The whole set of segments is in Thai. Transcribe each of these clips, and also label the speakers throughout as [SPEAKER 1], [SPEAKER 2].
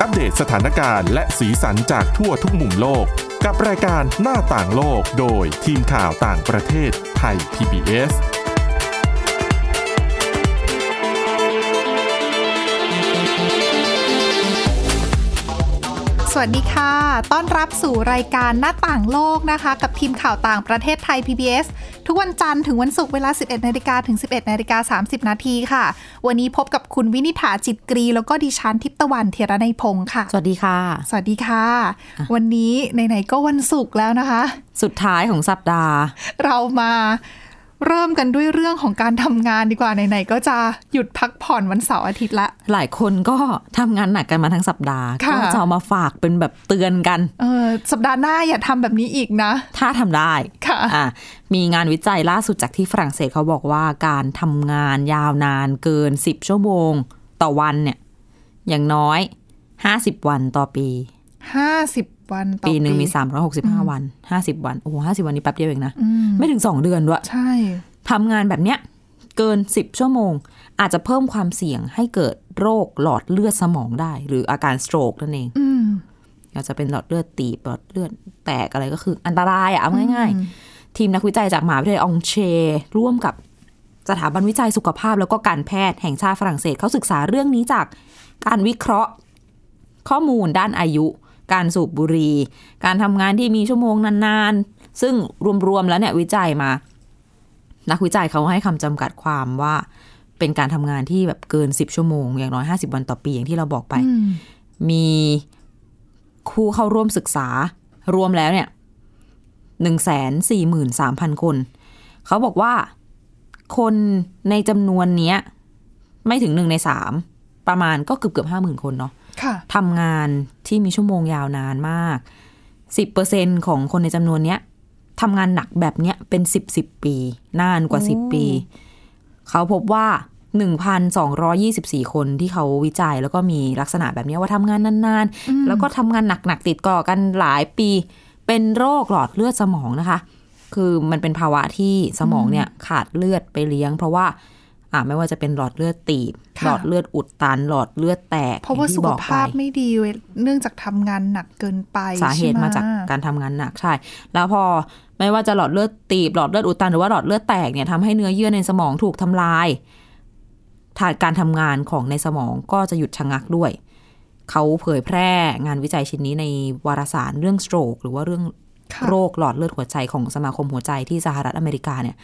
[SPEAKER 1] อัปเดตสถานการณ์และสีสันจากทั่วทุกมุมโลก กับรายการหน้าต่างโลกโดยทีมข่าวต่างประเทศไทย PBS
[SPEAKER 2] สวัสดีค่ะ ต้อนรับสู่รายการหน้าต่างโลกนะคะ กับทีมข่าวต่างประเทศไทย PBS ทุกวันจันทร์ถึงวันศุกร์เวลา 11นาฬิกาถึง 11นาฬิกา30 นาทีค่ะ วันนี้พบกับคุณวินิษฐาจิตกรี แล้วก็ดิฉันทิพย์ตะวันเทยระในยพงค์ค่ะ
[SPEAKER 3] สวัสดีค่ะ
[SPEAKER 2] สวัสดีค่ะ วันนี้ไหนๆก็วันศุกร์แล้วนะคะ
[SPEAKER 3] สุดท้ายของสัปดาห์
[SPEAKER 2] เรามาเริ่มกันด้วยเรื่องของการทำงานดีกว่าไหนๆก็จะหยุดพักผ่อนวันเสาร์อาทิตย์ละ
[SPEAKER 3] หลายคนก็ทำงานหนักกันมาทั้งสัปดาห์
[SPEAKER 2] ค่ะ
[SPEAKER 3] ก็จะเอามาฝากเป็นแบบเตือนกัน
[SPEAKER 2] เออสัปดาห์หน้าอย่าทำแบบนี้อีกนะ
[SPEAKER 3] ถ้าทำได้
[SPEAKER 2] ค่ะ
[SPEAKER 3] อ่ะมีงานวิจัยล่าสุดจากที่ฝรั่งเศสเขาบอกว่าการทำงานยาวนานเกิน 10 ชั่วโมง ต่อวันเนี่ย อย่างน้อย 50 วันต่อปี
[SPEAKER 2] ห้าสิบวันต่อ
[SPEAKER 3] ปี
[SPEAKER 2] ปี
[SPEAKER 3] หนึ่งมี 365 วัน 50 วัน โอ้โหห้วันนี้แป๊บเดียวเองนะ ไม่ถึง 2 เดือนด้วย
[SPEAKER 2] ใช่
[SPEAKER 3] ทำงานแบบเนี้ยเกิน 10 ชั่วโมง อาจจะเพิ่มความเสี่ยงให้เกิดโรคหลอดเลือดสมองได้ หรืออาการสโตรกนั่นเอง
[SPEAKER 2] อืม
[SPEAKER 3] อาจจะเป็นหลอดเลือดตีบหลอดเลือดแตกอะไรก็คืออันตรายอะเอาง่ายๆ ทีมนักวิจัยจากมหาวิทยาลัยองเช ร่วมกับสถาบันวิจัยสุขภาพแล้วก็การแพทย์แห่งชาติฝรั่งเศสเขาศึกษาเรื่องนี้จากการวิเคราะห์ ข้อมูลด้านอายุ การสูบบุหรี่การทำงานที่มีชั่วโมงนานๆ ซึ่งรวมๆแล้วเนี่ยวิจัยมา นักวิจัยเขาให้คำจำกัดความว่า เป็นการทำงานที่แบบเกิน 10 ชั่วโมง อย่างน้อย 50 วันต่อปีอย่างที่เราบอกไป
[SPEAKER 2] อืม
[SPEAKER 3] มีคู่เข้าร่วมศึกษารวมแล้วเนี่ยหนึ่งแสนสี่หมื่นสามพันคน เขาบอกว่าคนในจำนวนเนี้ย ไม่ถึงหนึ่งในสามประมาณก็เกือบเกือบห้าหมื่นคนเนาะ
[SPEAKER 2] ค่ะ
[SPEAKER 3] ทำงานที่มีชั่วโมงยาวนานมาก 10%ของคนในจำนวนเนี้ยทำงานหนักแบบเนี้ยเป็น10 10 ปี นานกว่า 10 ปี เขาพบว่า 1,224 คนที่เขาวิจัยแล้วก็มีลักษณะแบบเนี้ยว่าทำงานนานๆ แล้วก็ทำงานหนักๆติดก่อกันหลายปี เป็นโรคหลอดเลือดสมองนะคะ คือมันเป็นภาวะที่สมองเนี่ยขาดเลือดไปเลี้ยง เพราะว่าอ่าไม่ว่าจะเป็นหลอดเลือดตีบ
[SPEAKER 2] ค่ะ
[SPEAKER 3] หลอดเลือดอุดตัน หลอดเลือดแตก
[SPEAKER 2] เพราะว่าสุขภาพไม่ดีเว้ยเนื่องจากทำงานหนักเกินไป
[SPEAKER 3] สาเหตุ
[SPEAKER 2] ใช่ไห
[SPEAKER 3] มาจากการทำงานหนักใช่ แล้วพอไม่ว่าจะหลอดเลือดตีบหลอดเลือดอุดตันหรือว่าหลอดเลือดแตกเนี่ยทำให้เนื้อเยื่อในสมองถูกทำลายถาดการทำงานของในสมองก็จะหยุดชะงักด้วย เขาเผยแพร่งานวิจัยชิ้นนี้ในวารสารเรื่อง stroke หรือว่าเรื่อง
[SPEAKER 2] ค่ะ
[SPEAKER 3] โรคหลอดเลือดหัวใจของสมาคมหัวใจที่สหรัฐอเมริกาเนี่ย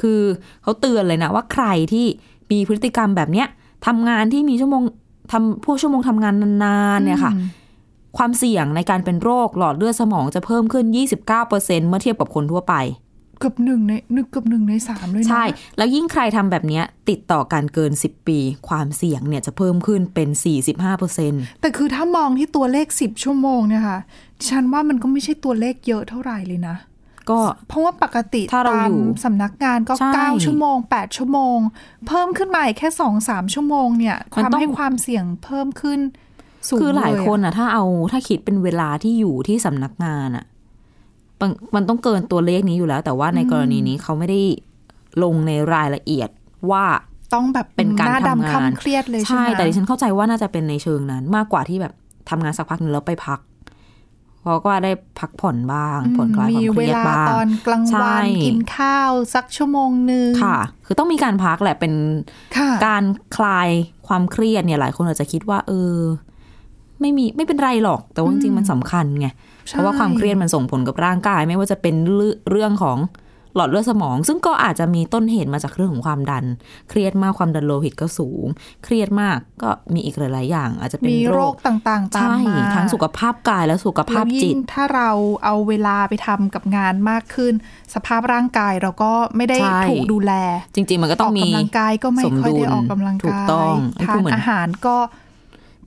[SPEAKER 3] คือเขาเตือนเลยนะว่าใครที่มีพฤติกรรมแบบเนี้ยทำงานที่มีชั่วโมงทำพวกชั่วโมงทำงานนานๆเนี่ยค่ะ ความเสี่ยงในการเป็นโรคหลอดเลือดสมองจะเพิ่มขึ้น 29%เมื่อเทียบกับคนทั่วไป
[SPEAKER 2] เกือบหนึ่งในนึกเกือบหนึ่งในสามเลยนะ
[SPEAKER 3] ใช่ แล้วยิ่งใครทำแบบเนี้ยติดต่อการเกิน 10 ปี ความเสี่ยงเนี่ยจะเพิ่มขึ้นเป็น 45%
[SPEAKER 2] แต่คือถ้ามองที่ตัวเลขสิบชั่วโมงเนี่ยค่ะดิฉันว่ามันก็ไม่ใช่ตัวเลขเยอะเท่าไหร่เลยนะ
[SPEAKER 3] ก็
[SPEAKER 2] เพราะว่าปกติ
[SPEAKER 3] ถ้าเรา
[SPEAKER 2] ตาม
[SPEAKER 3] อยู่
[SPEAKER 2] สำนักงานก็
[SPEAKER 3] ใช่
[SPEAKER 2] 9 ชั่วโมง 8 ชั่วโมง เพิ่มขึ้นมาอีกแค่ 2 3 ชั่วโมงเนี่ย
[SPEAKER 3] มันต้
[SPEAKER 2] ทำ
[SPEAKER 3] อง
[SPEAKER 2] ให้ความเสี่ยงเพิ่มขึ้นสูง
[SPEAKER 3] คือหลาย
[SPEAKER 2] เะ
[SPEAKER 3] คนอ่ะถ้าเอาถ้าคิดเป็นเวลาที่อยู่ที่สำนักงานอ่ะมันมันต้องเกินตัวเลขนี้อยู่แล้ว แต่ว่าในกรณีนี้เขาไม่ได้ลงในรายละเอียดว่า
[SPEAKER 2] ต้องแบบ
[SPEAKER 3] เป็นการ
[SPEAKER 2] หน้า
[SPEAKER 3] ทำ
[SPEAKER 2] ดำ
[SPEAKER 3] งาน
[SPEAKER 2] คำเครียดเลยใช่
[SPEAKER 3] ใช่
[SPEAKER 2] ไหม
[SPEAKER 3] แต่ดิฉันเข้าใจว่าน่าจะเป็นในเชิงนั้น มากกว่าที่แบบทำงานสักพักหนึงแล้วไปพักเพราะก็ได้พักผ่อนบ้างผ่อนคลายค
[SPEAKER 2] มี
[SPEAKER 3] วามเค
[SPEAKER 2] เว
[SPEAKER 3] รียด
[SPEAKER 2] ลา
[SPEAKER 3] บ้าง
[SPEAKER 2] ตอนกลาง
[SPEAKER 3] ใช่
[SPEAKER 2] วันกินข้าวสักชั่วโมงหนึ่ง
[SPEAKER 3] ค่ะ คือต้องมีการพักแหละเป็น
[SPEAKER 2] ค่ะ
[SPEAKER 3] การคลายความเครียดเนี่ยหลายคนอาจจะคิดว่า เออ ไม่มีไม่เป็นไรหรอก แต่ว่าจริงๆมันสำคัญไง
[SPEAKER 2] ใช่
[SPEAKER 3] เพราะว่าความเครียดมันส่งผลกับร่างกาย ไม่ว่าจะเป็นเรื่องเรื่องของหลอดเลือดสมอง ซึ่งก็อาจจะมีต้นเหตุมาจากเรื่องของความดัน เครียดมากความดันโลหิตก็สูง เครียดมากก็มีอีกหลายๆอย่าง อาจจะเป็น
[SPEAKER 2] มี
[SPEAKER 3] โร
[SPEAKER 2] โร
[SPEAKER 3] ค
[SPEAKER 2] คต่างๆตาม
[SPEAKER 3] ใช่
[SPEAKER 2] มา
[SPEAKER 3] ทั้งสุขภาพกายและสุขภาพ
[SPEAKER 2] แล้ว
[SPEAKER 3] จิ
[SPEAKER 2] ยิ่
[SPEAKER 3] ต
[SPEAKER 2] งถ้าเราเอาเวลาไปทำกับงานมากขึ้น สภาพร่างกายเราก็ไม่ได้
[SPEAKER 3] ใช่
[SPEAKER 2] ถูกดูแล
[SPEAKER 3] จริง ๆ มันก็ต้อง
[SPEAKER 2] ก
[SPEAKER 3] มี
[SPEAKER 2] กำลังกายก็ไม่
[SPEAKER 3] ส
[SPEAKER 2] ค่อย
[SPEAKER 3] ดุ
[SPEAKER 2] ได้
[SPEAKER 3] ล
[SPEAKER 2] ออกกำลัง
[SPEAKER 3] ถูก
[SPEAKER 2] กาย
[SPEAKER 3] ต้อง
[SPEAKER 2] ทา
[SPEAKER 3] คื
[SPEAKER 2] น
[SPEAKER 3] เหมือน
[SPEAKER 2] อาหารก็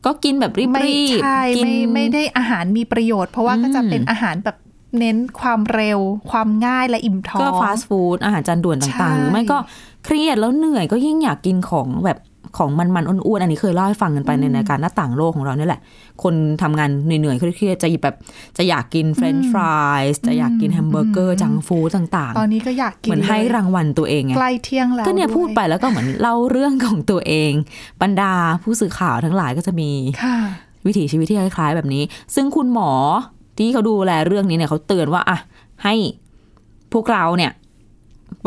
[SPEAKER 3] ก็กินแบบรีบ
[SPEAKER 2] ไม่
[SPEAKER 3] รีบ
[SPEAKER 2] ใช่
[SPEAKER 3] กิน
[SPEAKER 2] ไม่ไม่ได้อาหารมีประโยชน์ เพราะว่าก็จะ
[SPEAKER 3] อืม
[SPEAKER 2] เป็นอาหารแบบเน้นความเร็ว ความง่ายและอิ่มท้อง
[SPEAKER 3] ก็ฟาสต์ฟู้ดอาหารจานด่วนต่าง
[SPEAKER 2] ใช่
[SPEAKER 3] ๆ หรือไม่ก็เครียดแล้วเหนื่อยก็ยิ่งอยากกินของแบบของมันๆอ้วนๆอันนี้เคยเล่าให้ฟังกันไปในรายการหน้าต่างโลกของเราเนี่ยแหละ คนทำงานเหนื่อยๆเครียดๆจะแบบจะอยากกินเฟรนช์ฟรายส์จะอยากกินแฮมเบอร์เกอร์จังฟูดต่าง
[SPEAKER 2] ตอน
[SPEAKER 3] ๆ
[SPEAKER 2] นี้ก็อยากกิน
[SPEAKER 3] เหมือนให้
[SPEAKER 2] เลย
[SPEAKER 3] รางวัลตัวเองไง
[SPEAKER 2] ใกล้เที่ยงแล้ว
[SPEAKER 3] ก็เนี่ย
[SPEAKER 2] ด้ว
[SPEAKER 3] พูดไปแล้วก็เหมือนเล่าเรื่องของตัวเอง บรรดาผู้สื่อข่าวทั้งหลายก็จะมี
[SPEAKER 2] ค่ะ
[SPEAKER 3] วิถีชีวิตที่คล้ายๆแบบนี้ ซึ่งคุณหมอที่เขาดูแลเรื่องนี้เนี่ยเขาเตือนว่าอ่ะให้พวกเราเนี่ย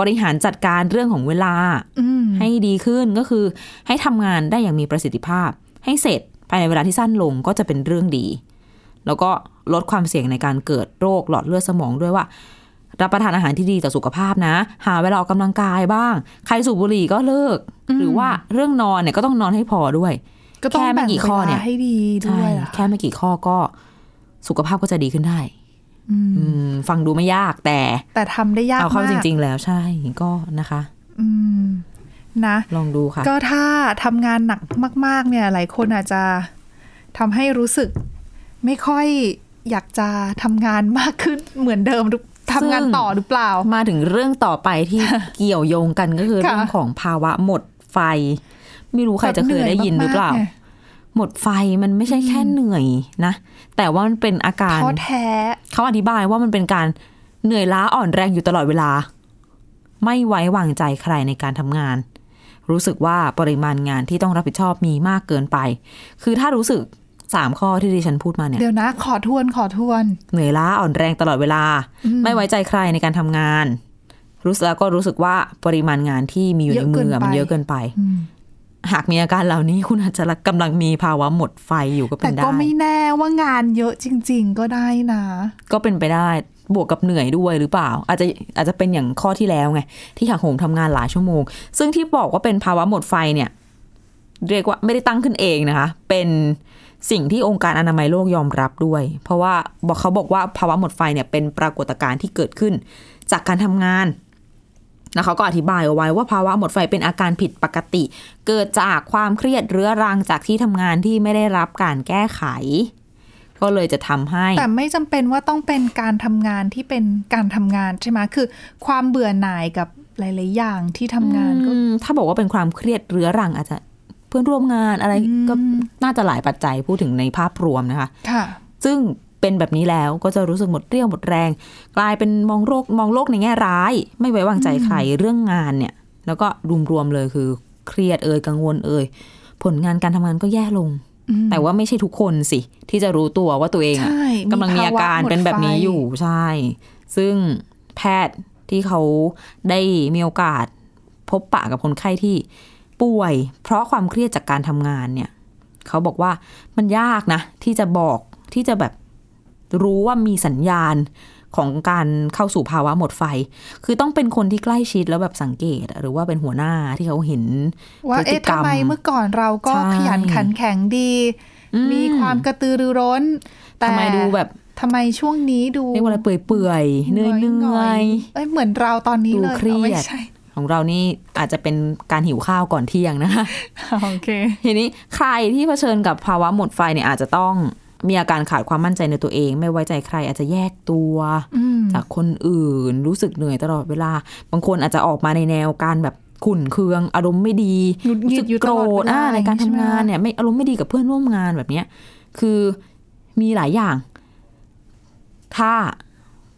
[SPEAKER 3] บริหารจัดการเรื่องของเวลา
[SPEAKER 2] อืม
[SPEAKER 3] ให้ดีขึ้นก็คือให้ทำงานได้อย่างมีประสิทธิภาพ ให้เสร็จภายในเวลาที่สั้นลงก็จะเป็นเรื่องดี แล้วก็ลดความเสี่ยงในการเกิดโรคหลอดเลือดสมองด้วยว่า รับประทานอาหารที่ดีต่อสุขภาพนะ หาเวลาออกกำลังกายบ้าง ใครสูบบุหรี่ก็เลิก หรือว่าเรื่องนอนเนี่ยก็ต้องนอนให้พอด้วย
[SPEAKER 2] ก็ต้อง
[SPEAKER 3] แค่ไม่
[SPEAKER 2] แบ่ง
[SPEAKER 3] กี่
[SPEAKER 2] เว
[SPEAKER 3] ข้อเนี่
[SPEAKER 2] ลาย ให้ดีด้วยเหรอ
[SPEAKER 3] แค่ไม่กี่ข้อก็สุขภาพก็จะดีขึ้นได้
[SPEAKER 2] อืม
[SPEAKER 3] อืมฟังดูไม่ยากแต่
[SPEAKER 2] แต่ทำได้ยาก
[SPEAKER 3] เอาเข้าม
[SPEAKER 2] าก
[SPEAKER 3] จริง ๆ แล้วใช่ก็นะคะ
[SPEAKER 2] อืมนะ
[SPEAKER 3] ลองดูค่ะ
[SPEAKER 2] ก็ถ้าทำงานหนักมาก ๆ เนี่ย หลายคนอาจจะทำให้รู้สึกไม่ค่อยอยากจะทำงานมากขึ้นเหมือนเดิมหรือทำงานต่อหรือเปล่า
[SPEAKER 3] มาถึงเรื่องต่อไปที่ เกี่ยวโยงกันก็คือ
[SPEAKER 2] ค่ะ
[SPEAKER 3] เรื่องของภาวะหมดไฟ ไม่รู้ใครจะเคยได้ยินหรือเปล่า
[SPEAKER 2] แบบ
[SPEAKER 3] หมดไฟมันไม่ใช่แค่เหนื่อยนะ แต่ว่ามันเป็นอาการ
[SPEAKER 2] เหนื่อยมากๆเนี่ยท้อแท้
[SPEAKER 3] เขาอธิบายว่ามันเป็นการเหนื่อยล้าอ่อนแรงอยู่ตลอดเวลา ไม่ไว้วางใจใครในการทำงาน รู้สึกว่าปริมาณงานที่ต้องรับผิดชอบมีมากเกินไป คือถ้ารู้สึกสามข้อที่ดิฉันพูดมาเนี่ย
[SPEAKER 2] เดี๋ยวนะ ขอทวนขอทวน
[SPEAKER 3] เหนื่อยล้าอ่อนแรงตลอดเวลา ไม่ไว้ใจใครในการทำงาน รู้สึกแล้วก็รู้สึกว่าปริมาณงานที่มีอยู่ในมืออะมันเย
[SPEAKER 2] เย
[SPEAKER 3] อะ
[SPEAKER 2] อะเกิ
[SPEAKER 3] เกิน
[SPEAKER 2] น
[SPEAKER 3] ไป
[SPEAKER 2] ไป
[SPEAKER 3] หากมีอาการเหล่านี้คุณอาจจะกำลังมีภาวะหมดไฟอยู่ก็เป็
[SPEAKER 2] แต่
[SPEAKER 3] นได้
[SPEAKER 2] ก็ไม่แน่ว่างานเยอะจริง ๆ ก็ได้นะ
[SPEAKER 3] ก็เป็นไปได้บวกกับเหนื่อยด้วยหรือเปล่า อาจจะอาจจะเป็นอย่างข้อที่แล้วไง ที่หักโหมทำงานหลายชั่วโมง ซึ่งที่บอกว่าเป็นภาวะหมดไฟเนี่ย เรียกว่าไม่ได้ตั้งขึ้นเองนะคะ เป็นสิ่งที่องค์การอนามัยโลกยอมรับด้วย เพราะว่าบอกเขาบอกว่าภาวะหมดไฟเนี่ยเป็นปรากฏการณ์ที่เกิดขึ้น จากการทำงานแล้วเขาก็อธิบายเอาไว้ว่าภาวะหมดไฟเป็นอาการผิดปกติ เกิดจากความเครียดเรื้อรังจากที่ทำงานที่ไม่ได้รับการแก้ไข ก็เลยจะทำให้
[SPEAKER 2] แต่ไม่จำเป็นว่าต้องเป็นการทำงานที่เป็นการทำงานใช่ไหมคือ ความเบื่อหน่ายกับหลาย ๆ อย่างที่ทำงานก็
[SPEAKER 3] อืมถ้าบอกว่าเป็นความเครียดเรื้อรังอาจจะเพื่อนร่วมงานอะไร
[SPEAKER 2] อืม
[SPEAKER 3] ก็น่าจะหลายปัจจัยพูดถึงในภาพรวมนะคะ
[SPEAKER 2] ค่ะ
[SPEAKER 3] ซึ่งเป็นแบบนี้แล้วก็จะรู้สึกหมดเรี่ยวหมดแรง กลายเป็นมองโลกมองโลกในแง่ร้าย ไม่ไว้วางใจใครเรื่องงานเนี่ย แล้วก็รวมๆเลยคือเครียดเอ่ยกังวลเอ่ยผลงานการทำงานก็แย่ลง
[SPEAKER 2] อืม
[SPEAKER 3] แต่ว่าไม่ใช่ทุกคนสิ ที่จะรู้ตัวว่าตัวเองอะ
[SPEAKER 2] ใช่
[SPEAKER 3] กำลังมีอาการ
[SPEAKER 2] ภวะหด
[SPEAKER 3] เป็นแบบนี้
[SPEAKER 2] ไฟ
[SPEAKER 3] อยู่ใช่ ซึ่งแพทย์ที่เขาได้มีโอกาสพบปะกับคนไข้ที่ป่วย เพราะความเครียดจากการทำงานเนี่ย เขาบอกว่ามันยากนะ ที่จะบอกที่จะแบบรู้ว่ามีสัญญาณของการเข้าสู่ภาวะหมดไฟ คือต้องเป็นคนที่ใกล้ชิดแล้วแบบสังเกตอะหรือว่าเป็นหัวหน้าที่เขาเห็น
[SPEAKER 2] ว่า
[SPEAKER 3] พฤติ
[SPEAKER 2] เอ๊ะ
[SPEAKER 3] กรร
[SPEAKER 2] ทำไมเมื่อก่อนเราก็
[SPEAKER 3] ใช่
[SPEAKER 2] ขยันขันแข็งดี มีความกระตือรือร้น แต่
[SPEAKER 3] ทำไมดูแบบ
[SPEAKER 2] ทำไมช่วงนี้ดู
[SPEAKER 3] เรียกว่าอะไรเปื่อยๆเหนื่อยๆ
[SPEAKER 2] ๆเอ้ยเหมือนเราตอนนี้
[SPEAKER 3] ดู
[SPEAKER 2] เลย
[SPEAKER 3] เครียด
[SPEAKER 2] อาไม่ใช่
[SPEAKER 3] ของเรานี่อาจจะเป็นการหิวข้าวก่อนเที่ยงนะคะ
[SPEAKER 2] โอเค
[SPEAKER 3] ทีนี้ใครที่เผชิญกับภาวะหมดไฟเนี่ยอาจจะต้องมีอาการขาดความมั่นใจในตัวเอง ไม่ไว้ใจใครอาจจะแยกตัว
[SPEAKER 2] อืม
[SPEAKER 3] จากคนอื่นรู้สึกเหนื่อยตลอดเวลา บางคนอาจจะออกมาในแนวการแบบขุ่นเคือง อารมณ์ไม่ดี
[SPEAKER 2] หงุดห
[SPEAKER 3] รู้
[SPEAKER 2] งิ
[SPEAKER 3] สึ
[SPEAKER 2] ด
[SPEAKER 3] ก
[SPEAKER 2] อยู่
[SPEAKER 3] โก
[SPEAKER 2] ต
[SPEAKER 3] ร
[SPEAKER 2] ลอดเวลา
[SPEAKER 3] ธอ่าในการทำงาน
[SPEAKER 2] ใช่ไหม
[SPEAKER 3] เนี่ย ไม่อารมณ์ไม่ดีกับเพื่อนร่วมงานแบบเนี้ยคือมีหลายอย่าง ถ้า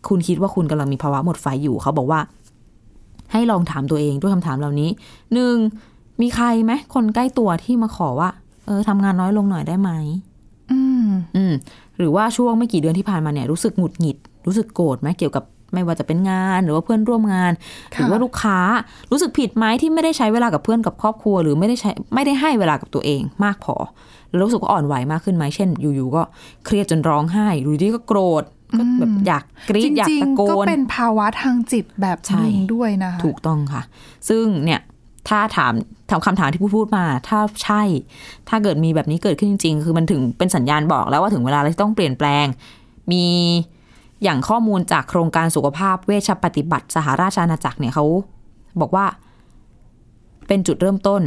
[SPEAKER 3] คุณคิดว่าคุณกำลังมีภาวะหมดไฟอยู่ เขาบอกว่า ให้ลองถามตัวเองด้วยคำถามเหล่านี้หนึ่งมีใครไหมคนใกล้ตัวที่มาขอว่า เออทำงานน้อยลงหน่อยได้ไหม
[SPEAKER 2] อืม
[SPEAKER 3] อืมหรือว่าช่วงไม่กี่เดือนที่ผ่านมาเนี่ยรู้สึกหงุดหงิด รู้สึกโกรธไหมเกี่ยวกับไม่ว่าจะเป็นงานหรือว่าเพื่อนร่วมงาน หรือว่าลูกค้ารู้สึกผิดไหมที่ไม่ได้ใช้เวลากับเพื่อนกับครอบครัว หรือไม่ได้ใช้ไม่ได้ให้เวลากับตัวเองมากพอแล้วรู้สึกว่าอ่อนไหวมากขึ้นไหมเช่น อยู่ๆก็เครียดจนร้องไห้หรือที่ก็โกรธก็แบบอยากกรี
[SPEAKER 2] จ
[SPEAKER 3] ดอยาก
[SPEAKER 2] ริง
[SPEAKER 3] ตะโก
[SPEAKER 2] ๆก็
[SPEAKER 3] น
[SPEAKER 2] เป็นภาวะทางจิตแบบ
[SPEAKER 3] ใช่
[SPEAKER 2] หนึ่งด้วยนะคะ
[SPEAKER 3] ถูกต้องค่ะ ซึ่งเนี่ยถ้าถามถามคำถามที่พูดพูดมา ถ้าใช่ ถ้าเกิดมีแบบนี้เกิดขึ้นจริงๆ คือมันถึงเป็นสัญญาณบอกแล้วว่าถึงเวลาที่ต้องเปลี่ยนแปลง มีอย่างข้อมูลจากโครงการสุขภาพเวชปฏิบัติสหราชอาณาจักรเนี่ยเขาบอกว่า เป็นจุดเริ่มต้น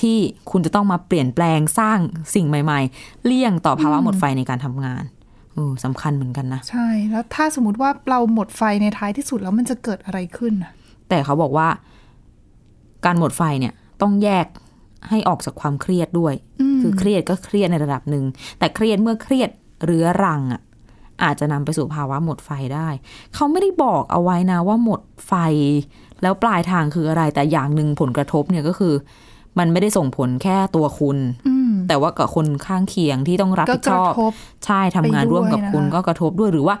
[SPEAKER 3] ที่คุณจะต้องมาเปลี่ยนแปลงสร้างสิ่งใหม่ ๆ เลี่ยงต่อภาวะหมดไฟในการทำงานเออสำคัญเหมือนกันนะ
[SPEAKER 2] ใช่ แล้วถ้าสมมติว่าเราหมดไฟในท้ายที่สุดแล้วมันจะเกิดอะไรขึ้นน่ะ
[SPEAKER 3] แต่เขาบอกว่าการหมดไฟเนี่ยต้องแยกให้ออกจากความเครียดด้วย คือเครียดก็เครียดในระดับหนึ่ง แต่เครียดเมื่อเครียดเรื้อรังอ่ะอาจจะนำไปสู่ภาวะหมดไฟได้ เขาไม่ได้บอกเอาไว้นะว่าหมดไฟ แล้วปลายทางคืออะไร แต่อย่างหนึ่งผลกระทบเนี่ยก็คือ มันไม่ได้ส่งผลแค่ตัวคุณ
[SPEAKER 2] อืม
[SPEAKER 3] แต่ว่ากับคนข้างเคียงที่ต้องรับ
[SPEAKER 2] ก็
[SPEAKER 3] ผิด
[SPEAKER 2] ก
[SPEAKER 3] ช
[SPEAKER 2] ระ
[SPEAKER 3] อบ
[SPEAKER 2] ทบ
[SPEAKER 3] ใช่ทำงานร่วมกับคุณ
[SPEAKER 2] ไปด้วยนะคะ
[SPEAKER 3] ก็กระทบด้วยหรือว่า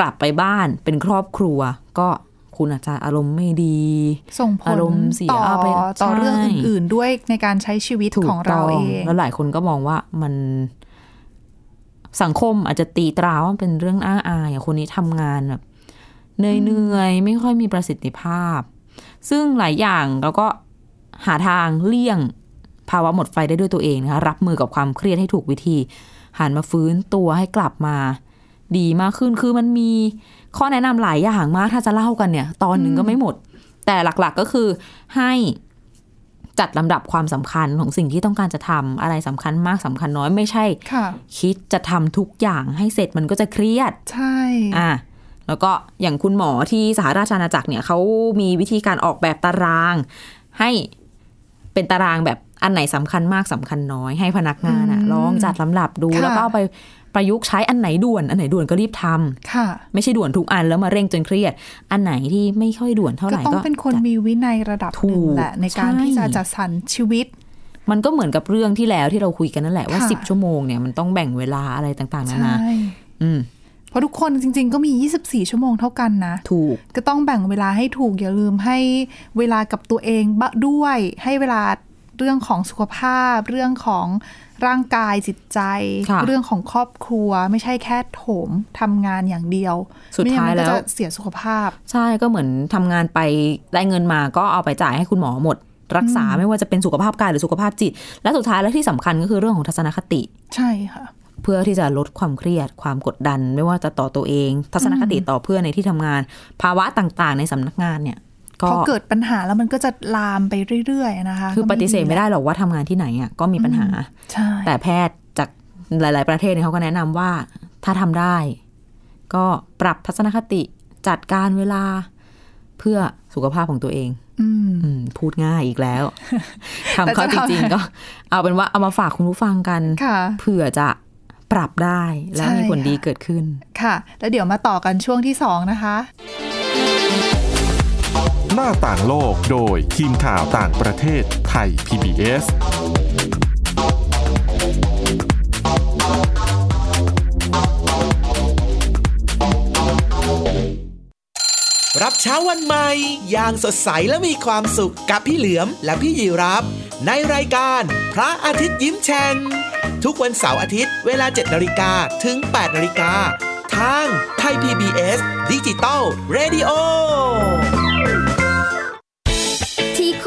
[SPEAKER 3] กลับไปบ้านเป็นครอบครัว ก็คุณอาจจะอารมณ์ไม่ดี
[SPEAKER 2] ส่งผล
[SPEAKER 3] อารมณ์เสีย
[SPEAKER 2] ต่อ
[SPEAKER 3] เอาไป
[SPEAKER 2] ต่อเรื่อง
[SPEAKER 3] ใช่
[SPEAKER 2] อื่น ๆ ด้วยในการใช้ชีวิต
[SPEAKER 3] ถูก
[SPEAKER 2] ของเรา
[SPEAKER 3] ต้
[SPEAKER 2] เอง
[SPEAKER 3] แล้วหลายคนก็มองว่ามันสังคมอาจจะตีตราว่ามันเป็นเรื่องอ้างอายอะคนนี้ทำงานแบบเหนื่อยๆไม่ค่อยมีประสิทธิภาพ ซึ่งหลายอย่างแล้วก็หาทางเลี่ยงภาวะหมดไฟได้ด้วยตัวเองนะคะรับมือกับความเครียดให้ถูกวิธี หันมาฟื้นตัวให้กลับมา ดีมากขึ้นคือมันมีข้อแนะนำหลายอย่างมากถ้าจะเล่ากันเนี่ย ตอนหนึ่งก็ไม่หมด แต่หลักๆก็คือให้จัดลำดับความสำคัญของสิ่งที่ต้องการจะทำอะไรสำคัญมากสำคัญน้อยไม่ใช่
[SPEAKER 2] ค่ะ
[SPEAKER 3] คิดจะทำทุกอย่างให้เสร็จมันก็จะเครียด
[SPEAKER 2] ใช่
[SPEAKER 3] อ่ะแล้วก็อย่างคุณหมอที่สหราชอาณาจักรเนี่ยเขามีวิธีการออกแบบตาราง ให้เป็นตารางแบบอันไหนสำคัญมากสำคัญน้อย ให้พนักงานอะลองจัดลำดับดูแล้วก็เอาไปประยุกต์ใช้อันไหนด่วนอันไหนด่วนก็รีบทำ
[SPEAKER 2] ค่ะ
[SPEAKER 3] ไม่ใช่ด่วนทุกอันแล้วมาเร่งจนเครียด อันไหนที่ไม่ค่อยด่วนเท่าไห
[SPEAKER 2] ก็
[SPEAKER 3] ร่
[SPEAKER 2] ต้อง
[SPEAKER 3] ก็
[SPEAKER 2] เป็นคนมีวินัยระดับหนึ่ง
[SPEAKER 3] ถูก
[SPEAKER 2] แหละ ในการ
[SPEAKER 3] ใช่
[SPEAKER 2] ที่จะจัดสรรชีวิต
[SPEAKER 3] มันก็เหมือนกับเรื่องที่แล้วที่เราคุยกันนั่นแหละว่า
[SPEAKER 2] ค่ะ
[SPEAKER 3] สิบชั่วโมงเนี่ยมันต้องแบ่งเวลาอะไรต่างๆนา
[SPEAKER 2] ใช่
[SPEAKER 3] นาอืม
[SPEAKER 2] เพราะทุกคนจริง ๆ ก็มี 24 ชั่วโมงเท่ากันนะ
[SPEAKER 3] ถูก
[SPEAKER 2] ก็ต้องแบ่งเวลาให้ถูกอย่าลืมให้เวลากับตัวเองบะด้วย ให้เวลาเรื่องของสุขภาพ เรื่องของร่างกายจิตใจ
[SPEAKER 3] ค่ะ
[SPEAKER 2] เรื่องของครอบครัวไม่ใช่แค่โถมทำงานอย่างเดียว
[SPEAKER 3] สุดท้าย
[SPEAKER 2] ไม่องนก็
[SPEAKER 3] แล้ว
[SPEAKER 2] จะเสียสุขภาพ
[SPEAKER 3] ใช่ก็เหมือนทำงานไปได้เงินมาก็เอาไปจ่ายให้คุณหมอหมด รักษาไม่ว่าจะเป็นสุขภาพกายหรือสุขภาพจิต และสุดท้ายและที่สำคัญก็คือเรื่องของทัศนคติ
[SPEAKER 2] ใช่ค่ะ
[SPEAKER 3] เพื่อที่จะลดความเครียด ความกดดัน ไม่ว่าจะต่อตัวเอง ทัศนคติต่อเพื่อนในที่ทำงาน ภาวะต่างๆ ในสำนักงานเนี่ย ก็
[SPEAKER 2] พอเกิดปัญหาแล้วมันก็จะลามไปเรื่อยๆนะคะ
[SPEAKER 3] คือ
[SPEAKER 2] ก็
[SPEAKER 3] ปฏิเสธไม่ได้หรอกว่าทำงานที่ไหนอ่ะก็มีปัญหา
[SPEAKER 2] ใช่
[SPEAKER 3] แต่แพทย์จากหลาย ๆ ประเทศเนี่ยเขาก็แนะนำว่าถ้าทำได้ ก็ปรับทัศนคติจัดการเวลาเพื่อสุขภาพของตัวเอง
[SPEAKER 2] อืม
[SPEAKER 3] อืมพูดง่ายอีก แล้ว
[SPEAKER 2] แต่
[SPEAKER 3] ทำเข้าจ
[SPEAKER 2] จะทำ
[SPEAKER 3] ริงๆก็ เอาเป็นว่าเอามาฝากคุณผู้ฟังกัน
[SPEAKER 2] ค่ะ
[SPEAKER 3] เผื่อจะปรับได้แล้ว
[SPEAKER 2] ใช่
[SPEAKER 3] มีผลดีเกิดขึ้น
[SPEAKER 2] ค่ะ แล้วเดี๋ยวมาต่อกันช่วงที่ 2 นะคะ
[SPEAKER 1] หน้าต่างโลกโดยทีมข่าวต่างประเทศไทย PBS
[SPEAKER 4] รับเช้าวันใหม่ อย่างสดใสและมีความสุขกับพี่เหลือมและพี่ยีรับ ในรายการพระอาทิตย์ยิ้มแฉ่งทุกวันเสาร์อาทิตย์เวลา 7นาฬิกาถึง 8นาฬิกาทางไทย PBS ดิจิตอลเรดิโอ
[SPEAKER 5] ที่ค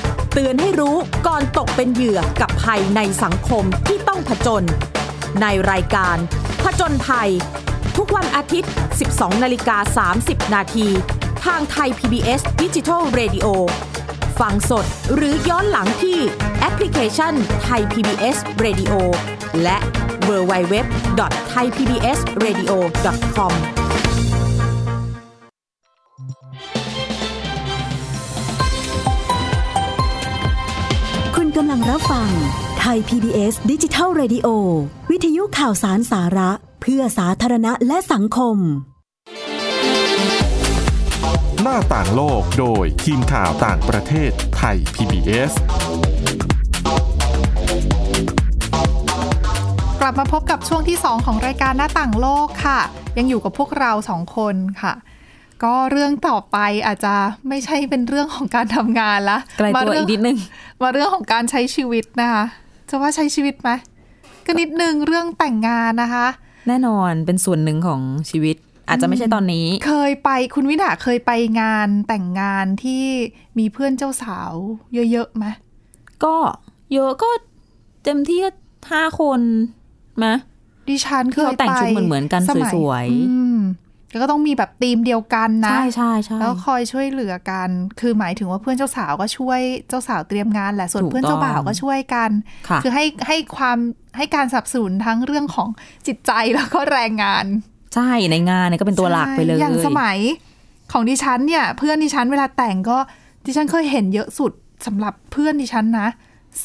[SPEAKER 5] เตือนให้รู้ก่อนตกเป็นเหยื่อกับภัยในสังคมที่ต้องผจญในรายการ ผจญภัย ทุกวันอาทิตย์ 12 นาฬิกา 30 นาที ทางไทย PBS d i g i ดิจิ Radio ฟังสดหรือย้อนหลังที่แอปพลิเคชันไทย PBS Radio และ www.thaipbsradio.com
[SPEAKER 6] คุณกำลังรับฟังไทย PBS ดิจิทัล Radio วิทยุข่าวสารสาระ เพื่อสาธารณะและสังคม
[SPEAKER 1] หน้าต่างโลกโดยทีมข่าวต่างประเทศไทย PBS
[SPEAKER 2] กลับมาพบกับช่วงที่ 2 ของรายการหน้าต่างโลกค่ะ ยังอยู่กับพวกเราสองคนค่ะ ก็เรื่องต่อไปอาจจะไม่ใช่เป็นเรื่องของการทำงานละ
[SPEAKER 3] ไกล
[SPEAKER 2] มา
[SPEAKER 3] ตัว
[SPEAKER 2] เรื่
[SPEAKER 3] อีกนิดนึง
[SPEAKER 2] มาเรื่องของการใช้ชีวิตนะคะจะว่าใช้ชีวิตไหมก็นิดนึงเรื่องแต่งงานนะคะ
[SPEAKER 3] แน่นอนเป็นส่วนหนึ่งของชีวิต อาจจะไม่ใช่ตอนนี้
[SPEAKER 2] เคยไปคุณวินาเคยไปงานแต่งงานที่มีเพื่อนเจ้าสาวเยอะๆไหม
[SPEAKER 3] ก็เยอะก็เต็มที่ก็ห้าคนมะ
[SPEAKER 2] ดิฉันเคย
[SPEAKER 3] ที่เขาแต่งชุดเหมือนๆกัน
[SPEAKER 2] ไปมั
[SPEAKER 3] สวยๆ
[SPEAKER 2] อืมแล้วก็ต้องมีแบบธีมเดียวกันนะ
[SPEAKER 3] ใช่ใช่ใช่
[SPEAKER 2] แล้วคอยช่วยเหลือกัน คือหมายถึงว่าเพื่อนเจ้าสาวก็ช่วยเจ้าสาวเตรียมงานแหละ ส่วน
[SPEAKER 3] ถูก
[SPEAKER 2] เพื่อนเจ้าบ่าว
[SPEAKER 3] ต้อง
[SPEAKER 2] ก็ช่วยกัน
[SPEAKER 3] ค่ะ
[SPEAKER 2] อให้ให้ความให้การสนับสนุนทั้งเรื่องของจิตใจแล้วก็แรงงาน
[SPEAKER 3] ใช่ในงานเนี่ยก็เป็นตัวหลักไปเลย
[SPEAKER 2] ใช่อย่างสมัยของดิฉันเนี่ย เพื่อนดิฉันเวลาแต่งก็ดิฉันเคยเห็นเยอะสุดสำหรับเพื่อนดิฉันนะ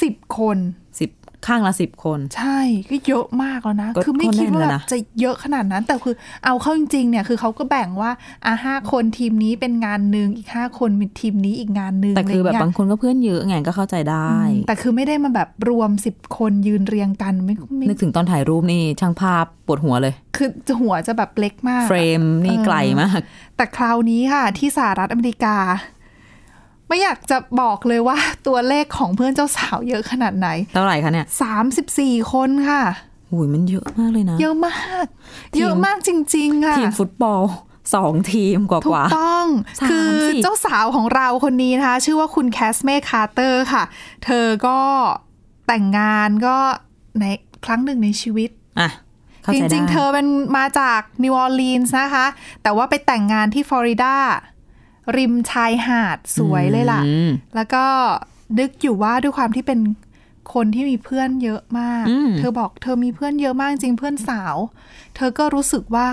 [SPEAKER 2] สิบคน
[SPEAKER 3] สิบข้างละสิบคน
[SPEAKER 2] ใช่ก็เยอะมากแล้วนะ
[SPEAKER 3] ก็
[SPEAKER 2] คือไม่คิด
[SPEAKER 3] ก็
[SPEAKER 2] ว่า
[SPEAKER 3] แน่นแล้
[SPEAKER 2] แบ
[SPEAKER 3] ว
[SPEAKER 2] บ
[SPEAKER 3] นะ
[SPEAKER 2] จะเยอะขนาดนั้น แต่คือเอาเข้าจริงๆเนี่ยคือเขาก็แบ่งว่าอ่ะห้าคนทีมนี้เป็นงานหนึ่งอีกห้าคนเป็นทีมนี้อีกงานหนึ่ง
[SPEAKER 3] แต่คือแบบ
[SPEAKER 2] ะไร
[SPEAKER 3] บาง
[SPEAKER 2] เงี้ย
[SPEAKER 3] คนก็เพื่อนเยอะไงก็เข้าใจได้
[SPEAKER 2] อืมแต่คือไม่ได้มาแบบรวมสิบคนยืนเรียงกันไม่ไม่
[SPEAKER 3] นึกถึงตอนถ่ายรูปนี่ช่างภาพปวดหัวเลย
[SPEAKER 2] คือหัวจะแบบเล็กมาก
[SPEAKER 3] เฟรมนี่
[SPEAKER 2] เออ
[SPEAKER 3] ไกลมาก
[SPEAKER 2] แต่คราวนี้ค่ะ ที่สหรัฐอเมริกา ไม่อยากจะบอกเลยว่าตัวเลขของเพื่อนเจ้าสาวเยอะขนาดไหน
[SPEAKER 3] เท่าไหร่คะเนี่ย
[SPEAKER 2] สามสิบสี่คนค่ะ
[SPEAKER 3] หุยมันเยอะมากเลยนะ
[SPEAKER 2] เยอะมาก
[SPEAKER 3] ทีม
[SPEAKER 2] เยอะมากจริง ๆ ค่ะ
[SPEAKER 3] ทีมฟุตบอลสองทีมก
[SPEAKER 2] ถูก
[SPEAKER 3] ว่า
[SPEAKER 2] ต้อง
[SPEAKER 3] สาม
[SPEAKER 2] คือ
[SPEAKER 3] สิ
[SPEAKER 2] เจ้าสาวของเราคนนี้นะคะ ชื่อว่าคุณแคสเม่คาร์เตอร์ค่ะ เธอก็แต่งงานก็ในครั้งหนึ่งในชีวิต
[SPEAKER 3] ๆอ่ะ เข้า
[SPEAKER 2] จ
[SPEAKER 3] ใจได้
[SPEAKER 2] ริงๆ เธอเป็นมาจากนิวออร์ลีนส์นะคะ แต่ว่าไปแต่งงานที่ฟลอริดา ริมชายหาดสวยเลยล่ะ
[SPEAKER 3] อืม
[SPEAKER 2] แล้วก็นึกอยู่ว่าด้วยความที่เป็นคนที่มีเพื่อนเยอะมาก เธอบอกเธอมีเพื่อนเยอะมากจริงเพื่อนสาว เธอก็รู้สึกว่า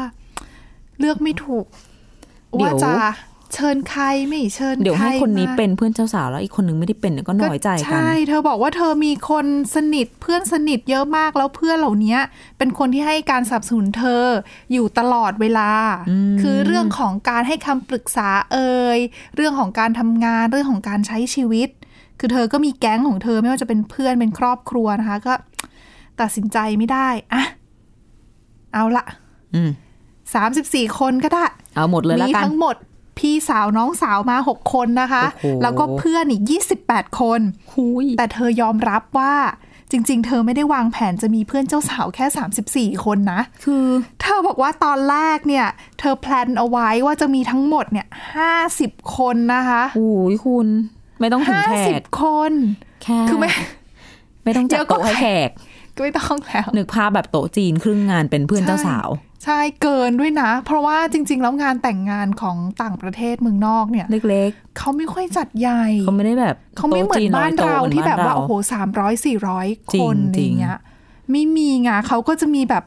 [SPEAKER 2] เลือกไม่ถูก ว่าจะเชิญใครไม่เชิญใคร
[SPEAKER 3] เดี๋ยวให้คนนี้
[SPEAKER 2] มา
[SPEAKER 3] เป็นเพื่อนเจ้าสาวแล้วอีกคนนึงไม่ได้เป็นก็น้อยใจกัน
[SPEAKER 2] ใช่ เธอบอกว่าเธอมีคนสนิทเพื่อนสนิทเยอะมากแล้วเพื่อนเหล่านี้เป็นคนที่ให้การสนับสนุนเธออยู่ตลอดเวลา คือเรื่องของการให้คำปรึกษาเอ่ยเรื่องของการทำงานเรื่องของการใช้ชีวิต คือเธอก็มีแก๊งของเธอไม่ว่าจะเป็นเพื่อนเป็นครอบครัวนะคะก็ตัดสินใจไม่ได้อะเอาละ
[SPEAKER 3] อืม
[SPEAKER 2] สามสิบสี่คนก็ได้
[SPEAKER 3] เอาหมดเลย
[SPEAKER 2] มี
[SPEAKER 3] ละกัน
[SPEAKER 2] ทั้งหมดพี่สาวน้องสาวมา 6 คนนะคะ
[SPEAKER 3] โอ้โห
[SPEAKER 2] แล้วก็เพื่อนอีก 28 คน
[SPEAKER 3] คุย
[SPEAKER 2] แต่เธอยอมรับว่าจริง ๆ เธอไม่ได้วางแผนจะมีเพื่อนเจ้าสาวแค่ 34 คนนะ
[SPEAKER 3] คือ
[SPEAKER 2] เธอบอกว่าตอนแรกเนี่ย เธอแพลนเอาไว้ว่าจะมีทั้งหมดเนี่ย 50 คนนะคะ
[SPEAKER 3] โอ้ยคุณ ไม่ต้องถึงแขก
[SPEAKER 2] 50 คน
[SPEAKER 3] แค่
[SPEAKER 2] คือไม่
[SPEAKER 3] ไม่ต้องจัด
[SPEAKER 2] เดี๋ยวก็
[SPEAKER 3] โต๊ะให้แขก
[SPEAKER 2] ก็ไม่ต้องแล้ว
[SPEAKER 3] นึกภาพแบบโต๊ะจีนครึ่งงานเป็นเพื่อนเจ้าสาว
[SPEAKER 2] ใช่เกินด้วยนะ เพราะว่าจริง ๆ แล้วงานแต่งงานของต่างประเทศเมืองนอกเนี่ย
[SPEAKER 3] เล็ก
[SPEAKER 2] เขาไม่ค่อยจัดใหญ่
[SPEAKER 3] ๆ เขาไม่ได้แบบ
[SPEAKER 2] เขาไม่เหมือนบ้านเราที่แบบว่า โอ้โหสามร้อยสี่ร้อยคนอะไรอย่างเงี้ย ไม่มีไงเขาก็จะมีแบบ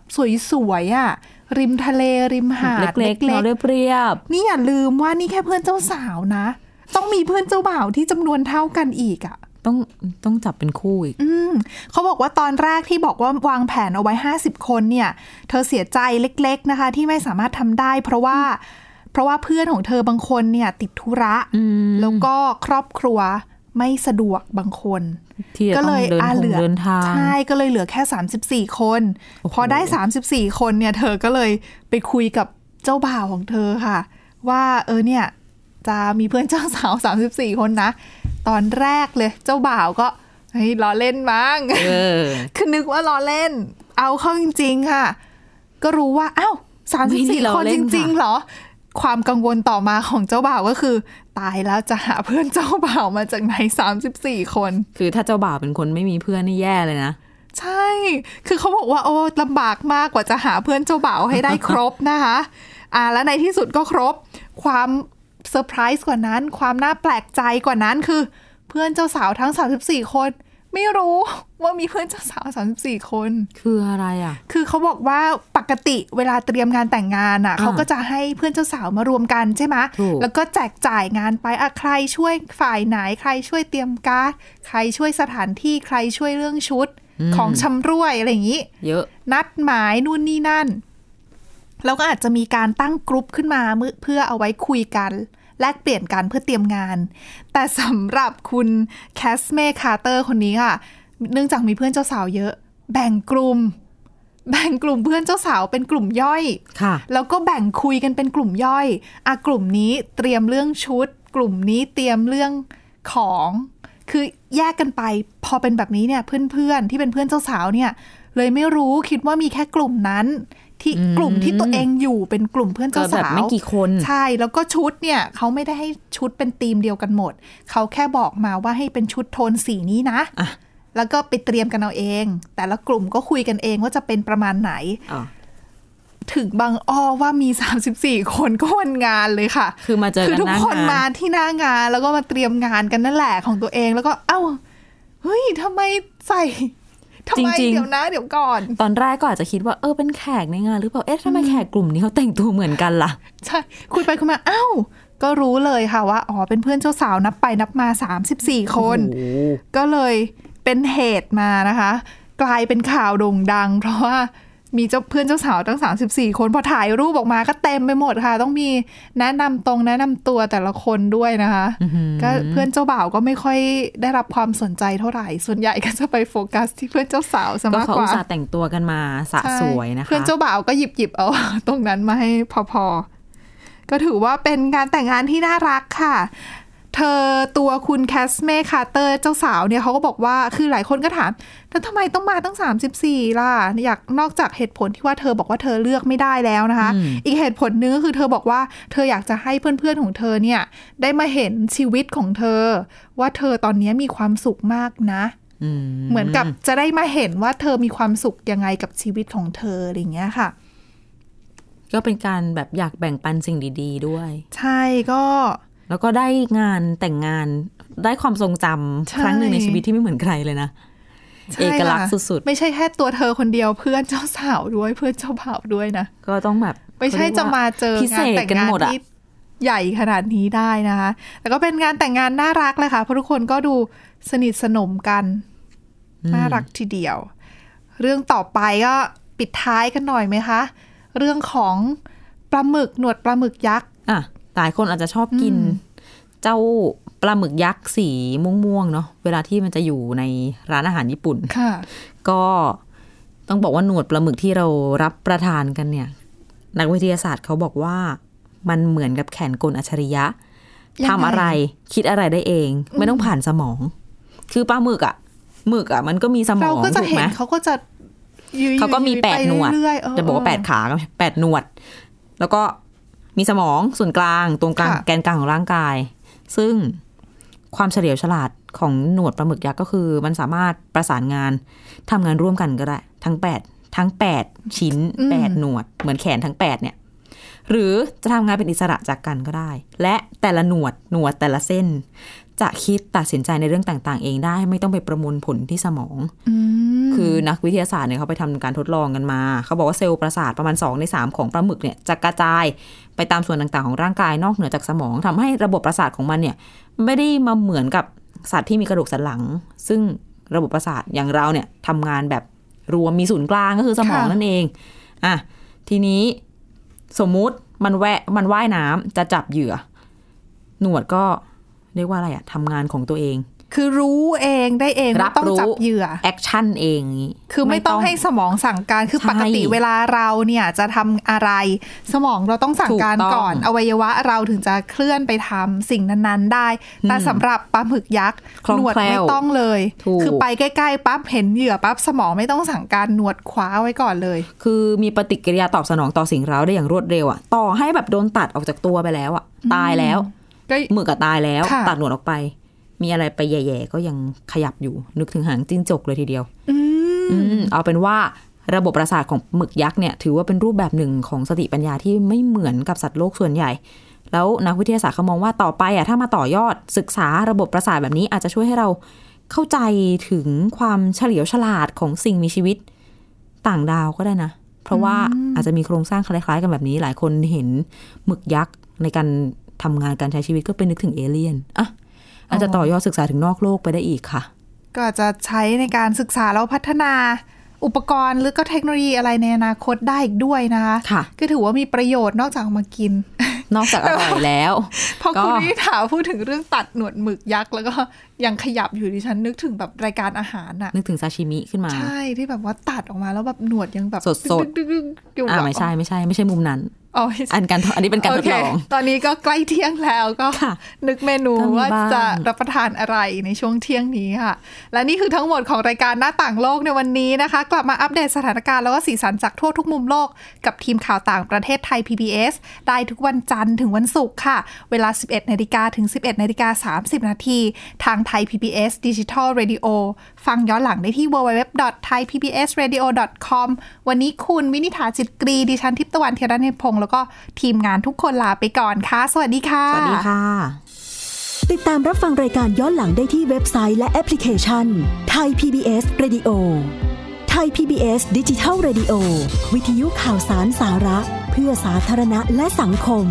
[SPEAKER 2] สวยๆอ่ะ ริมทะเลริมหาด
[SPEAKER 3] เล็กๆเล็กๆเราเรียบเรียบ
[SPEAKER 2] นี่อย่าลืมว่านี่แค่เพื่อนเจ้าสาวนะ ต้องมีเพื่อนเจ้าบ่าวที่จำนวนเท่ากันอีกอ่ะ
[SPEAKER 3] ๆต้องต้องจับเป็นคู่อีก
[SPEAKER 2] อืมเขาบอกว่าตอนแรกที่บอกว่าวางแผนเอาไว้ 50 คนเนี่ย เธอเสียใจเล็ก ๆนะคะ ที่ไม่สามารถทำได้ เพราะว่า เพราะว่าเพื่อนของเธอบางคนเนี่ยติดธุระแล้วก็ครอบครัวไม่สะดวกบางคน
[SPEAKER 3] ที่จะ
[SPEAKER 2] ก็เล
[SPEAKER 3] ต้อ
[SPEAKER 2] ย
[SPEAKER 3] งเดิน
[SPEAKER 2] อ่ะ
[SPEAKER 3] ทง
[SPEAKER 2] เหลือ
[SPEAKER 3] เดินทาง
[SPEAKER 2] ใช่ก็เลยเหลือแค่ 34 คน
[SPEAKER 3] โอ้โห
[SPEAKER 2] พอได้ 34 คนเนี่ย เธอก็เลยไปคุยกับเจ้าบ่าวของเธอค่ะ ว่าเออเนี่ย จะมีเพื่อนเจ้าสาว 34 คนนะ ตอนแรกเลยเจ้าบ่าวก็เฮ้ยล้อเล่นมั้ง
[SPEAKER 3] เออ
[SPEAKER 2] คือนึกว่าล้อเล่น เอาเข้าจริง ๆ ค่ะ ก็รู้ว่าอ้าว
[SPEAKER 3] ไม่ได้
[SPEAKER 2] 34
[SPEAKER 3] ล้อ
[SPEAKER 2] คน
[SPEAKER 3] เล่
[SPEAKER 2] จ
[SPEAKER 3] น
[SPEAKER 2] ริง ๆ
[SPEAKER 3] ค่ะ
[SPEAKER 2] เหรอ ความกังวลต่อมาของเจ้าบ่าวก็คือ ตายแล้วจะหาเพื่อนเจ้าบ่าวมาจากไหน 34 คน
[SPEAKER 3] คือถ้าเจ้าบ่าวเป็นคนไม่มีเพื่อนนี่แย่เลยนะ
[SPEAKER 2] ใช่ คือเขาบอกว่าโอ้ลำบากมากกว่าจะหาเพื่อนเจ้าบ่าวให้ได้ครบนะคะ อ่า แล้วในที่สุดก็ครบ ความเซอร์ไพรส์กว่านั้น ความน่าแปลกใจกว่านั้นคือ เพื่อนเจ้าสาวทั้ง 34 คน ไม่รู้ว่ามีเพื่อนเจ้าสาว 34 คน
[SPEAKER 3] คืออะไรอ่ะ
[SPEAKER 2] คือเขาบอกว่าปกติเวลาเตรียมงานแต่งงานอ่ะ
[SPEAKER 3] อ่า
[SPEAKER 2] เขาก็จะให้เพื่อนเจ้าสาวมารวมกันใช่ไหม
[SPEAKER 3] ถูก
[SPEAKER 2] แล้วก็แจกจ่ายงานไปอ่ะใครช่วยฝ่ายไหน ใครช่วยเตรียมการ์ดใครช่วยสถานที่ใครช่วยเรื่องชุดของชำร่วยอะไรอย่างนี้
[SPEAKER 3] เยอะ
[SPEAKER 2] นัดหมายนู่นนี่นั่น แล้วก็อาจจะมีการตั้งกรุ๊ปขึ้นมาเมื่อเพื่อเอาไว้คุยกัน แลกเปลี่ยนกันเพื่อเตรียมงาน แต่สำหรับคุณแคสเมคาร์เตอร์คนนี้ค่ะ เนื่องจากมีเพื่อนเจ้าสาวเยอะ แบ่งกลุ่ม แบ่งกลุ่มเพื่อนเจ้าสาวเป็นกลุ่มย่อย
[SPEAKER 3] ค่ะ
[SPEAKER 2] แล้วก็แบ่งคุยกันเป็นกลุ่มย่อยอ่ะกลุ่มนี้เตรียมเรื่องชุด กลุ่มนี้เตรียมเรื่องของ คือแยกกันไป พอเป็นแบบนี้เนี่ยเพื่อนๆที่เป็นเพื่อนเจ้าสาวเนี่ย เลยไม่รู้คิดว่ามีแค่กลุ่มนั้น ท ที่กลุ่มที่ตัวเองอยู่เป็นกลุ่มเพื่อน
[SPEAKER 3] ก็
[SPEAKER 2] เจ้า
[SPEAKER 3] แบ
[SPEAKER 2] สา
[SPEAKER 3] บ
[SPEAKER 2] ว
[SPEAKER 3] ไม่กี่คน
[SPEAKER 2] ใช่ แล้วก็ชุดเนี่ยเขาไม่ได้ให้ชุดเป็นธีมเดียวกันหมด เขาแค่บอกมาว่าให้เป็นชุดโทนสีนี้นะ
[SPEAKER 3] อ่ะ
[SPEAKER 2] แล้วก็ไปเตรียมกันเอาเอง แต่ละกลุ่มก็คุยกันเองว่าจะเป็นประมาณไหน
[SPEAKER 3] อ่ะ
[SPEAKER 2] ถึงบางอ้อว่ามี 34 คนก็วันงานเลยค่ะ
[SPEAKER 3] คือมาเจอ
[SPEAKER 2] คือ
[SPEAKER 3] กัน
[SPEAKER 2] ทุ
[SPEAKER 3] ห
[SPEAKER 2] ก
[SPEAKER 3] น้า
[SPEAKER 2] คนมาง
[SPEAKER 3] าน
[SPEAKER 2] ที่หน้างานแล้วก็มาเตรียมงานกันนั่นแหละของตัวเองแล้วก็เอ้าเฮ้ยทำไมใส่ทำไมเดี๋ยวนะเดี๋ยวก่อน
[SPEAKER 3] ตอนแรกก็อาจจะคิดว่าเออเป็นแขกในงานหรือเปล่าเอ๊ะทำไมแขกกลุ่มนี้เขาแต่งตัวเหมือนกันล่ะ
[SPEAKER 2] ใช่คุยไปคุยมาเอ้า ก็รู้เลยค่ะว่าอ๋อเป็นเพื่อนเจ้าสาวนับไปนับมา 34 คน ก็เลยเป็นเหตุมานะคะ กลายเป็นข่าวโด่งดัง เพราะว่ามีเจ้าเพื่อนเจ้าสาวตั้ง 34 คนพอถ่ายรูปออกมาก็เต็มไปหมดค่ะ ต้องมีแนะนำตรงแนะนำตัวแต่ละคนด้วยนะคะ ก็เพื่อนเจ้าบ่าวก็ไม่ค่อยได้รับความสนใจเท่าไหร่ ส่วนใหญ่ก็จะไปโฟกัสที่เพื่อนเจ้าสาวซะ
[SPEAKER 3] ก็
[SPEAKER 2] มาก
[SPEAKER 3] เขา
[SPEAKER 2] ก
[SPEAKER 3] อุต
[SPEAKER 2] ว่า
[SPEAKER 3] ส่าห์แต่งตัวกันมาสะ
[SPEAKER 2] ใช่
[SPEAKER 3] สวยนะคะ
[SPEAKER 2] เพื่อนเจ้าบ่าวก็หยิบหยิบๆเอา ตรงนั้นมาให้พอๆ ก็ถือว่าเป็นงานแต่งงานที่น่ารักค่ะ เธอตัวคุณแคสเม่คาร์เตอร์เจ้าสาวเนี่ยเขาก็บอกว่าคือหลายคนก็ถามแล้วทำไมต้องมาตั้ง 34 ล่ะ อยากนอกจากเหตุผลที่ว่าเธอบอกว่าเธอเลือกไม่ได้แล้วนะคะ อีกเหตุผลหนึงก็คือเธอบอกว่าเธออยากจะให้เพื่อนๆของเธอเนี่ย ได้มาเห็นชีวิตของเธอ ว่าเธอตอนนี้มีความสุขมากนะ
[SPEAKER 3] อืม
[SPEAKER 2] เหมือนกับจะได้มาเห็นว่าเธอมีความสุขยังไงกับชีวิตของเธออะไรอย่างเงี้ยค่ะ
[SPEAKER 3] ก็เป็นการแบบอยากแบ่งปันสิ่งดี ๆ ด้วย
[SPEAKER 2] ใช่ก็
[SPEAKER 3] แล้วก็ได้งานแต่งงานได้ความทรงจำ
[SPEAKER 2] ใช่
[SPEAKER 3] ครั้งหนึ่งในชีวิตที่ไม่เหมือนใครเลยนะ
[SPEAKER 2] ใช่
[SPEAKER 3] เอกลักษณ์
[SPEAKER 2] ค่ะ
[SPEAKER 3] สุด
[SPEAKER 2] ไม่ใช่แค่ตัวเธอคนเดียวเพื่อนเจ้าสาวด้วยเพื่อนเจ้าบ่าวด้วยนะ
[SPEAKER 3] ๆ ก็ต้องแบบ
[SPEAKER 2] ไม่ใช่จะมาเจอ
[SPEAKER 3] พิเศ
[SPEAKER 2] งาน
[SPEAKER 3] ษ
[SPEAKER 2] แต่ง
[SPEAKER 3] กัน
[SPEAKER 2] งาน
[SPEAKER 3] หมดอะ
[SPEAKER 2] ที่ใหญ่ขนาดนี้ได้นะคะแล้วก็เป็นงานแต่งงานน่ารักเลยค่ะเพราะทุกคนก็ดูสนิทสนมกัน น่ารักทีเดียว เรื่องต่อไปก็ปิดท้ายกันหน่อยไหมคะ เรื่องของปลาหมึกหนวดปลาหมึกยักษ์
[SPEAKER 3] อ่ะหลายคนอาจจะชอบกิน เจ้าปลาหมึกยักษ์สีม่วงๆเนาะเวลาที่มันจะอยู่ในร้านอาหารญี่ปุ่น
[SPEAKER 2] ค่ะ
[SPEAKER 3] ก็ต้องบอกว่าหนวดปลาหมึกที่เรารับประทานกันเนี่ย นักวิทยาศาสตร์เขาบอกว่ามันเหมือนกับแขนกลอัจฉริยะ
[SPEAKER 2] ยังไง
[SPEAKER 3] ทำอะไรคิดอะไรได้เอง ไม่ต้องผ่านสมอง คือปลาหมึกอะหมึกอะมันก็มีสม
[SPEAKER 2] เรา
[SPEAKER 3] อง
[SPEAKER 2] ก็จะ
[SPEAKER 3] ถูก
[SPEAKER 2] เห็
[SPEAKER 3] ไห
[SPEAKER 2] น
[SPEAKER 3] ม
[SPEAKER 2] เขาก็จะยื
[SPEAKER 3] เขาก็มี
[SPEAKER 2] ยื
[SPEAKER 3] แปด
[SPEAKER 2] ไห
[SPEAKER 3] นวด
[SPEAKER 2] เรื่อยๆเ
[SPEAKER 3] จะบอกว่าแปดขาก็ไม่แปดหนวด แล้วก็มีสมองส่วนกลางตรงกลาง
[SPEAKER 2] ค่ะ
[SPEAKER 3] แกนกลางของร่างกาย ซึ่งความเฉลียวฉลาดของหนวดปลาหมึกยักษ์ก็คือ มันสามารถประสานงานทำงานร่วมกันก็ได้ ทั้งแปดทั้งแปดชิ้นแปดหนวด เหมือนแขนทั้งแปดเนี่ย หรือจะทำงานเป็นอิสระจากกันก็ได้ และแต่ละหนวดหนวดแต่ละเส้น จะคิดตัดสินใจในเรื่องต่างๆ เองได้ ไม่ต้องไปประมวลผลที่สมอง คือนักวิทยาศาสตร์เนี่ยเขาไปทำการทดลองกันมา เขาบอกว่าเซลล์ประสาทประมาณ 2 ใน 3 ของปลาหมึกเนี่ยจะกระจายไปตามส่วนต่างๆของร่างกายนอกเหนือจากสมองทำให้ระบบประสาทของมันเนี่ยไม่ได้มาเหมือนกับสัตว์ที่มีกระดูกสันหลัง ซึ่งระบบประสาทอย่างเราเนี่ยทำงานแบบรวมมีศูนย์กลางก็คือสมอง
[SPEAKER 2] ค่ะ
[SPEAKER 3] นั่นเองอ่ะทีนี้สมมุติมันแวะมันว่ายน้ำจะจับเหยื่อ หนวดก็เรียกว่าอะไรอะทำงานของตัวเอง
[SPEAKER 2] คือรู้เองได้เอง
[SPEAKER 3] รับ
[SPEAKER 2] ไม่ต้องจับ
[SPEAKER 3] รู้
[SPEAKER 2] เหยื่อ
[SPEAKER 3] แอคชั่นเองอย่างงี้
[SPEAKER 2] คือไม่ต้องให้สมองสั่งการคือ
[SPEAKER 3] ใช่
[SPEAKER 2] ปกติเวลาเราเนี่ยจะทำอะไร สมองเราต้องสั่งการ
[SPEAKER 3] ถูกต้อง
[SPEAKER 2] ก่อน อวัยวะเราถึงจะเคลื่อนไปทำสิ่งนั้นๆได้ แต่สำหรับปลาหมึกยักษ์
[SPEAKER 3] คล่อง
[SPEAKER 2] หนวด
[SPEAKER 3] แคล่ว
[SPEAKER 2] ไม่ต้องเลย
[SPEAKER 3] ถูก
[SPEAKER 2] คือไปใกล้ๆปั๊บเห็นเหยื่อปั๊บสมองไม่ต้องสั่งการหนวดคว้าไว้ก่อนเลย
[SPEAKER 3] คือมีปฏิกิริยาตอบสนองต่อสิ่งเร้าได้อย่างรวดเร็วอะต่อให้แบบโดนตัดออกจากตัวไปแล้วอะตายแล้ว
[SPEAKER 2] ก็
[SPEAKER 3] หมึกอะตายแล้ว
[SPEAKER 2] ค่ะ
[SPEAKER 3] ตัดหนวดออกไป มีอะไรไปแย่ๆก็ยังขยับอยู่ นึกถึงหางจิ้งจกเลยทีเดียว อืมเอาเป็นว่าระบบประสาทของหมึกยักษ์เนี่ย ถือว่าเป็นรูปแบบหนึ่งของสติปัญญาที่ไม่เหมือนกับสัตว์โลกส่วนใหญ่ แล้วนักวิทยาศาสตร์เขามองว่าต่อไปอ่ะถ้ามาต่อยอดศึกษาระบบประสาทแบบนี้อาจจะช่วยให้เราเข้าใจถึงความเฉลียวฉลาดของสิ่งมีชีวิตต่างดาวก็ได้นะ เพราะว่าอาจจะมีโครงสร้างคล้ายๆกันแบบนี้ หลายคนเห็นหมึกยักษ์ในการทำงานการใช้ชีวิตก็เป็นนึกถึงเอเลี่ยนอ่ะอาจจะต่อยอดศึกษาถึงนอกโลกไปได้อีกค่ะ
[SPEAKER 2] ก็จะใช้ในการศึกษาแล้วพัฒนา อุปกรณ์หรือก็เทคโนโลยีอะไรในอนาคตได้อีกด้วยนะคะ
[SPEAKER 3] ค่ะ
[SPEAKER 2] ก็ถือว่ามีประโยชน์นอกจากเอามากิน
[SPEAKER 3] นอกจากอร่อยแล้ว
[SPEAKER 2] พอคุณ
[SPEAKER 3] ก็
[SPEAKER 2] นิถาพูดถึงเรื่องตัดหนวดหมึกยักษ์ แล้วก็ยังขยับอยู่ดิฉันนึกถึงแบบรายการอาหารอะ
[SPEAKER 3] นึกถึงซาชิมิขึ้นมา
[SPEAKER 2] ใช่ที่แบบว่าตัดออกมาแล้วแบบหนวดยังแบบ
[SPEAKER 3] สดๆ
[SPEAKER 2] ดึกๆๆๆอยู่
[SPEAKER 3] อ่า
[SPEAKER 2] แบบ
[SPEAKER 3] ไม่ใช่ไม่ใช่ไม่ใช่มุมนั้น
[SPEAKER 2] อ๋อไม่ใช่
[SPEAKER 3] อันการอันนี้เป็นการท
[SPEAKER 2] โอ
[SPEAKER 3] ด
[SPEAKER 2] เค
[SPEAKER 3] ลอง
[SPEAKER 2] ตอนนี้ก็ใกล้เที่ยงแล้วก็
[SPEAKER 3] ค่ะ
[SPEAKER 2] นึกเมนู
[SPEAKER 3] ก็มี
[SPEAKER 2] ว่า
[SPEAKER 3] บ้าง
[SPEAKER 2] จะรับประทานอะไรในช่วงเที่ยงนี้ค่ะ และนี่คือทั้งหมดของรายการหน้าต่างโลกในวันนี้นะคะ กลับมาอัปเดตสถานการณ์แล้วก็สีสันจากทั่วทุกมุมโลกกับทีมข่าวต่างประเทศไทย PBS ได้ทุกวันจันทร์ถึงวันศุกร์ค่ะ เวลา 11นาฬิกาถึง 11นาฬิกา30 นาทีทางไทย PBS Digital Radio ฟังย้อนหลังได้ที่ www.thaipbsradio.com วันนี้คุณวินิษฐาจิตกรี ดิฉันทิพย์ตะวันเทยระเนตรพงศ์แล้วก็ทีมงานทุกคนลาไปก่อนค่ะ สวัสดีค่ะ
[SPEAKER 3] สวัสดีค่ะ
[SPEAKER 6] ติดตามรับฟังรายการย้อนหลังได้ที่เว็บไซต์และแอปพลิเคชันไทย PBS Radio ไทย PBS ดิจิทัล Radio วิทยุข่าวสารสาระ เพื่อสาธารณะและสังคม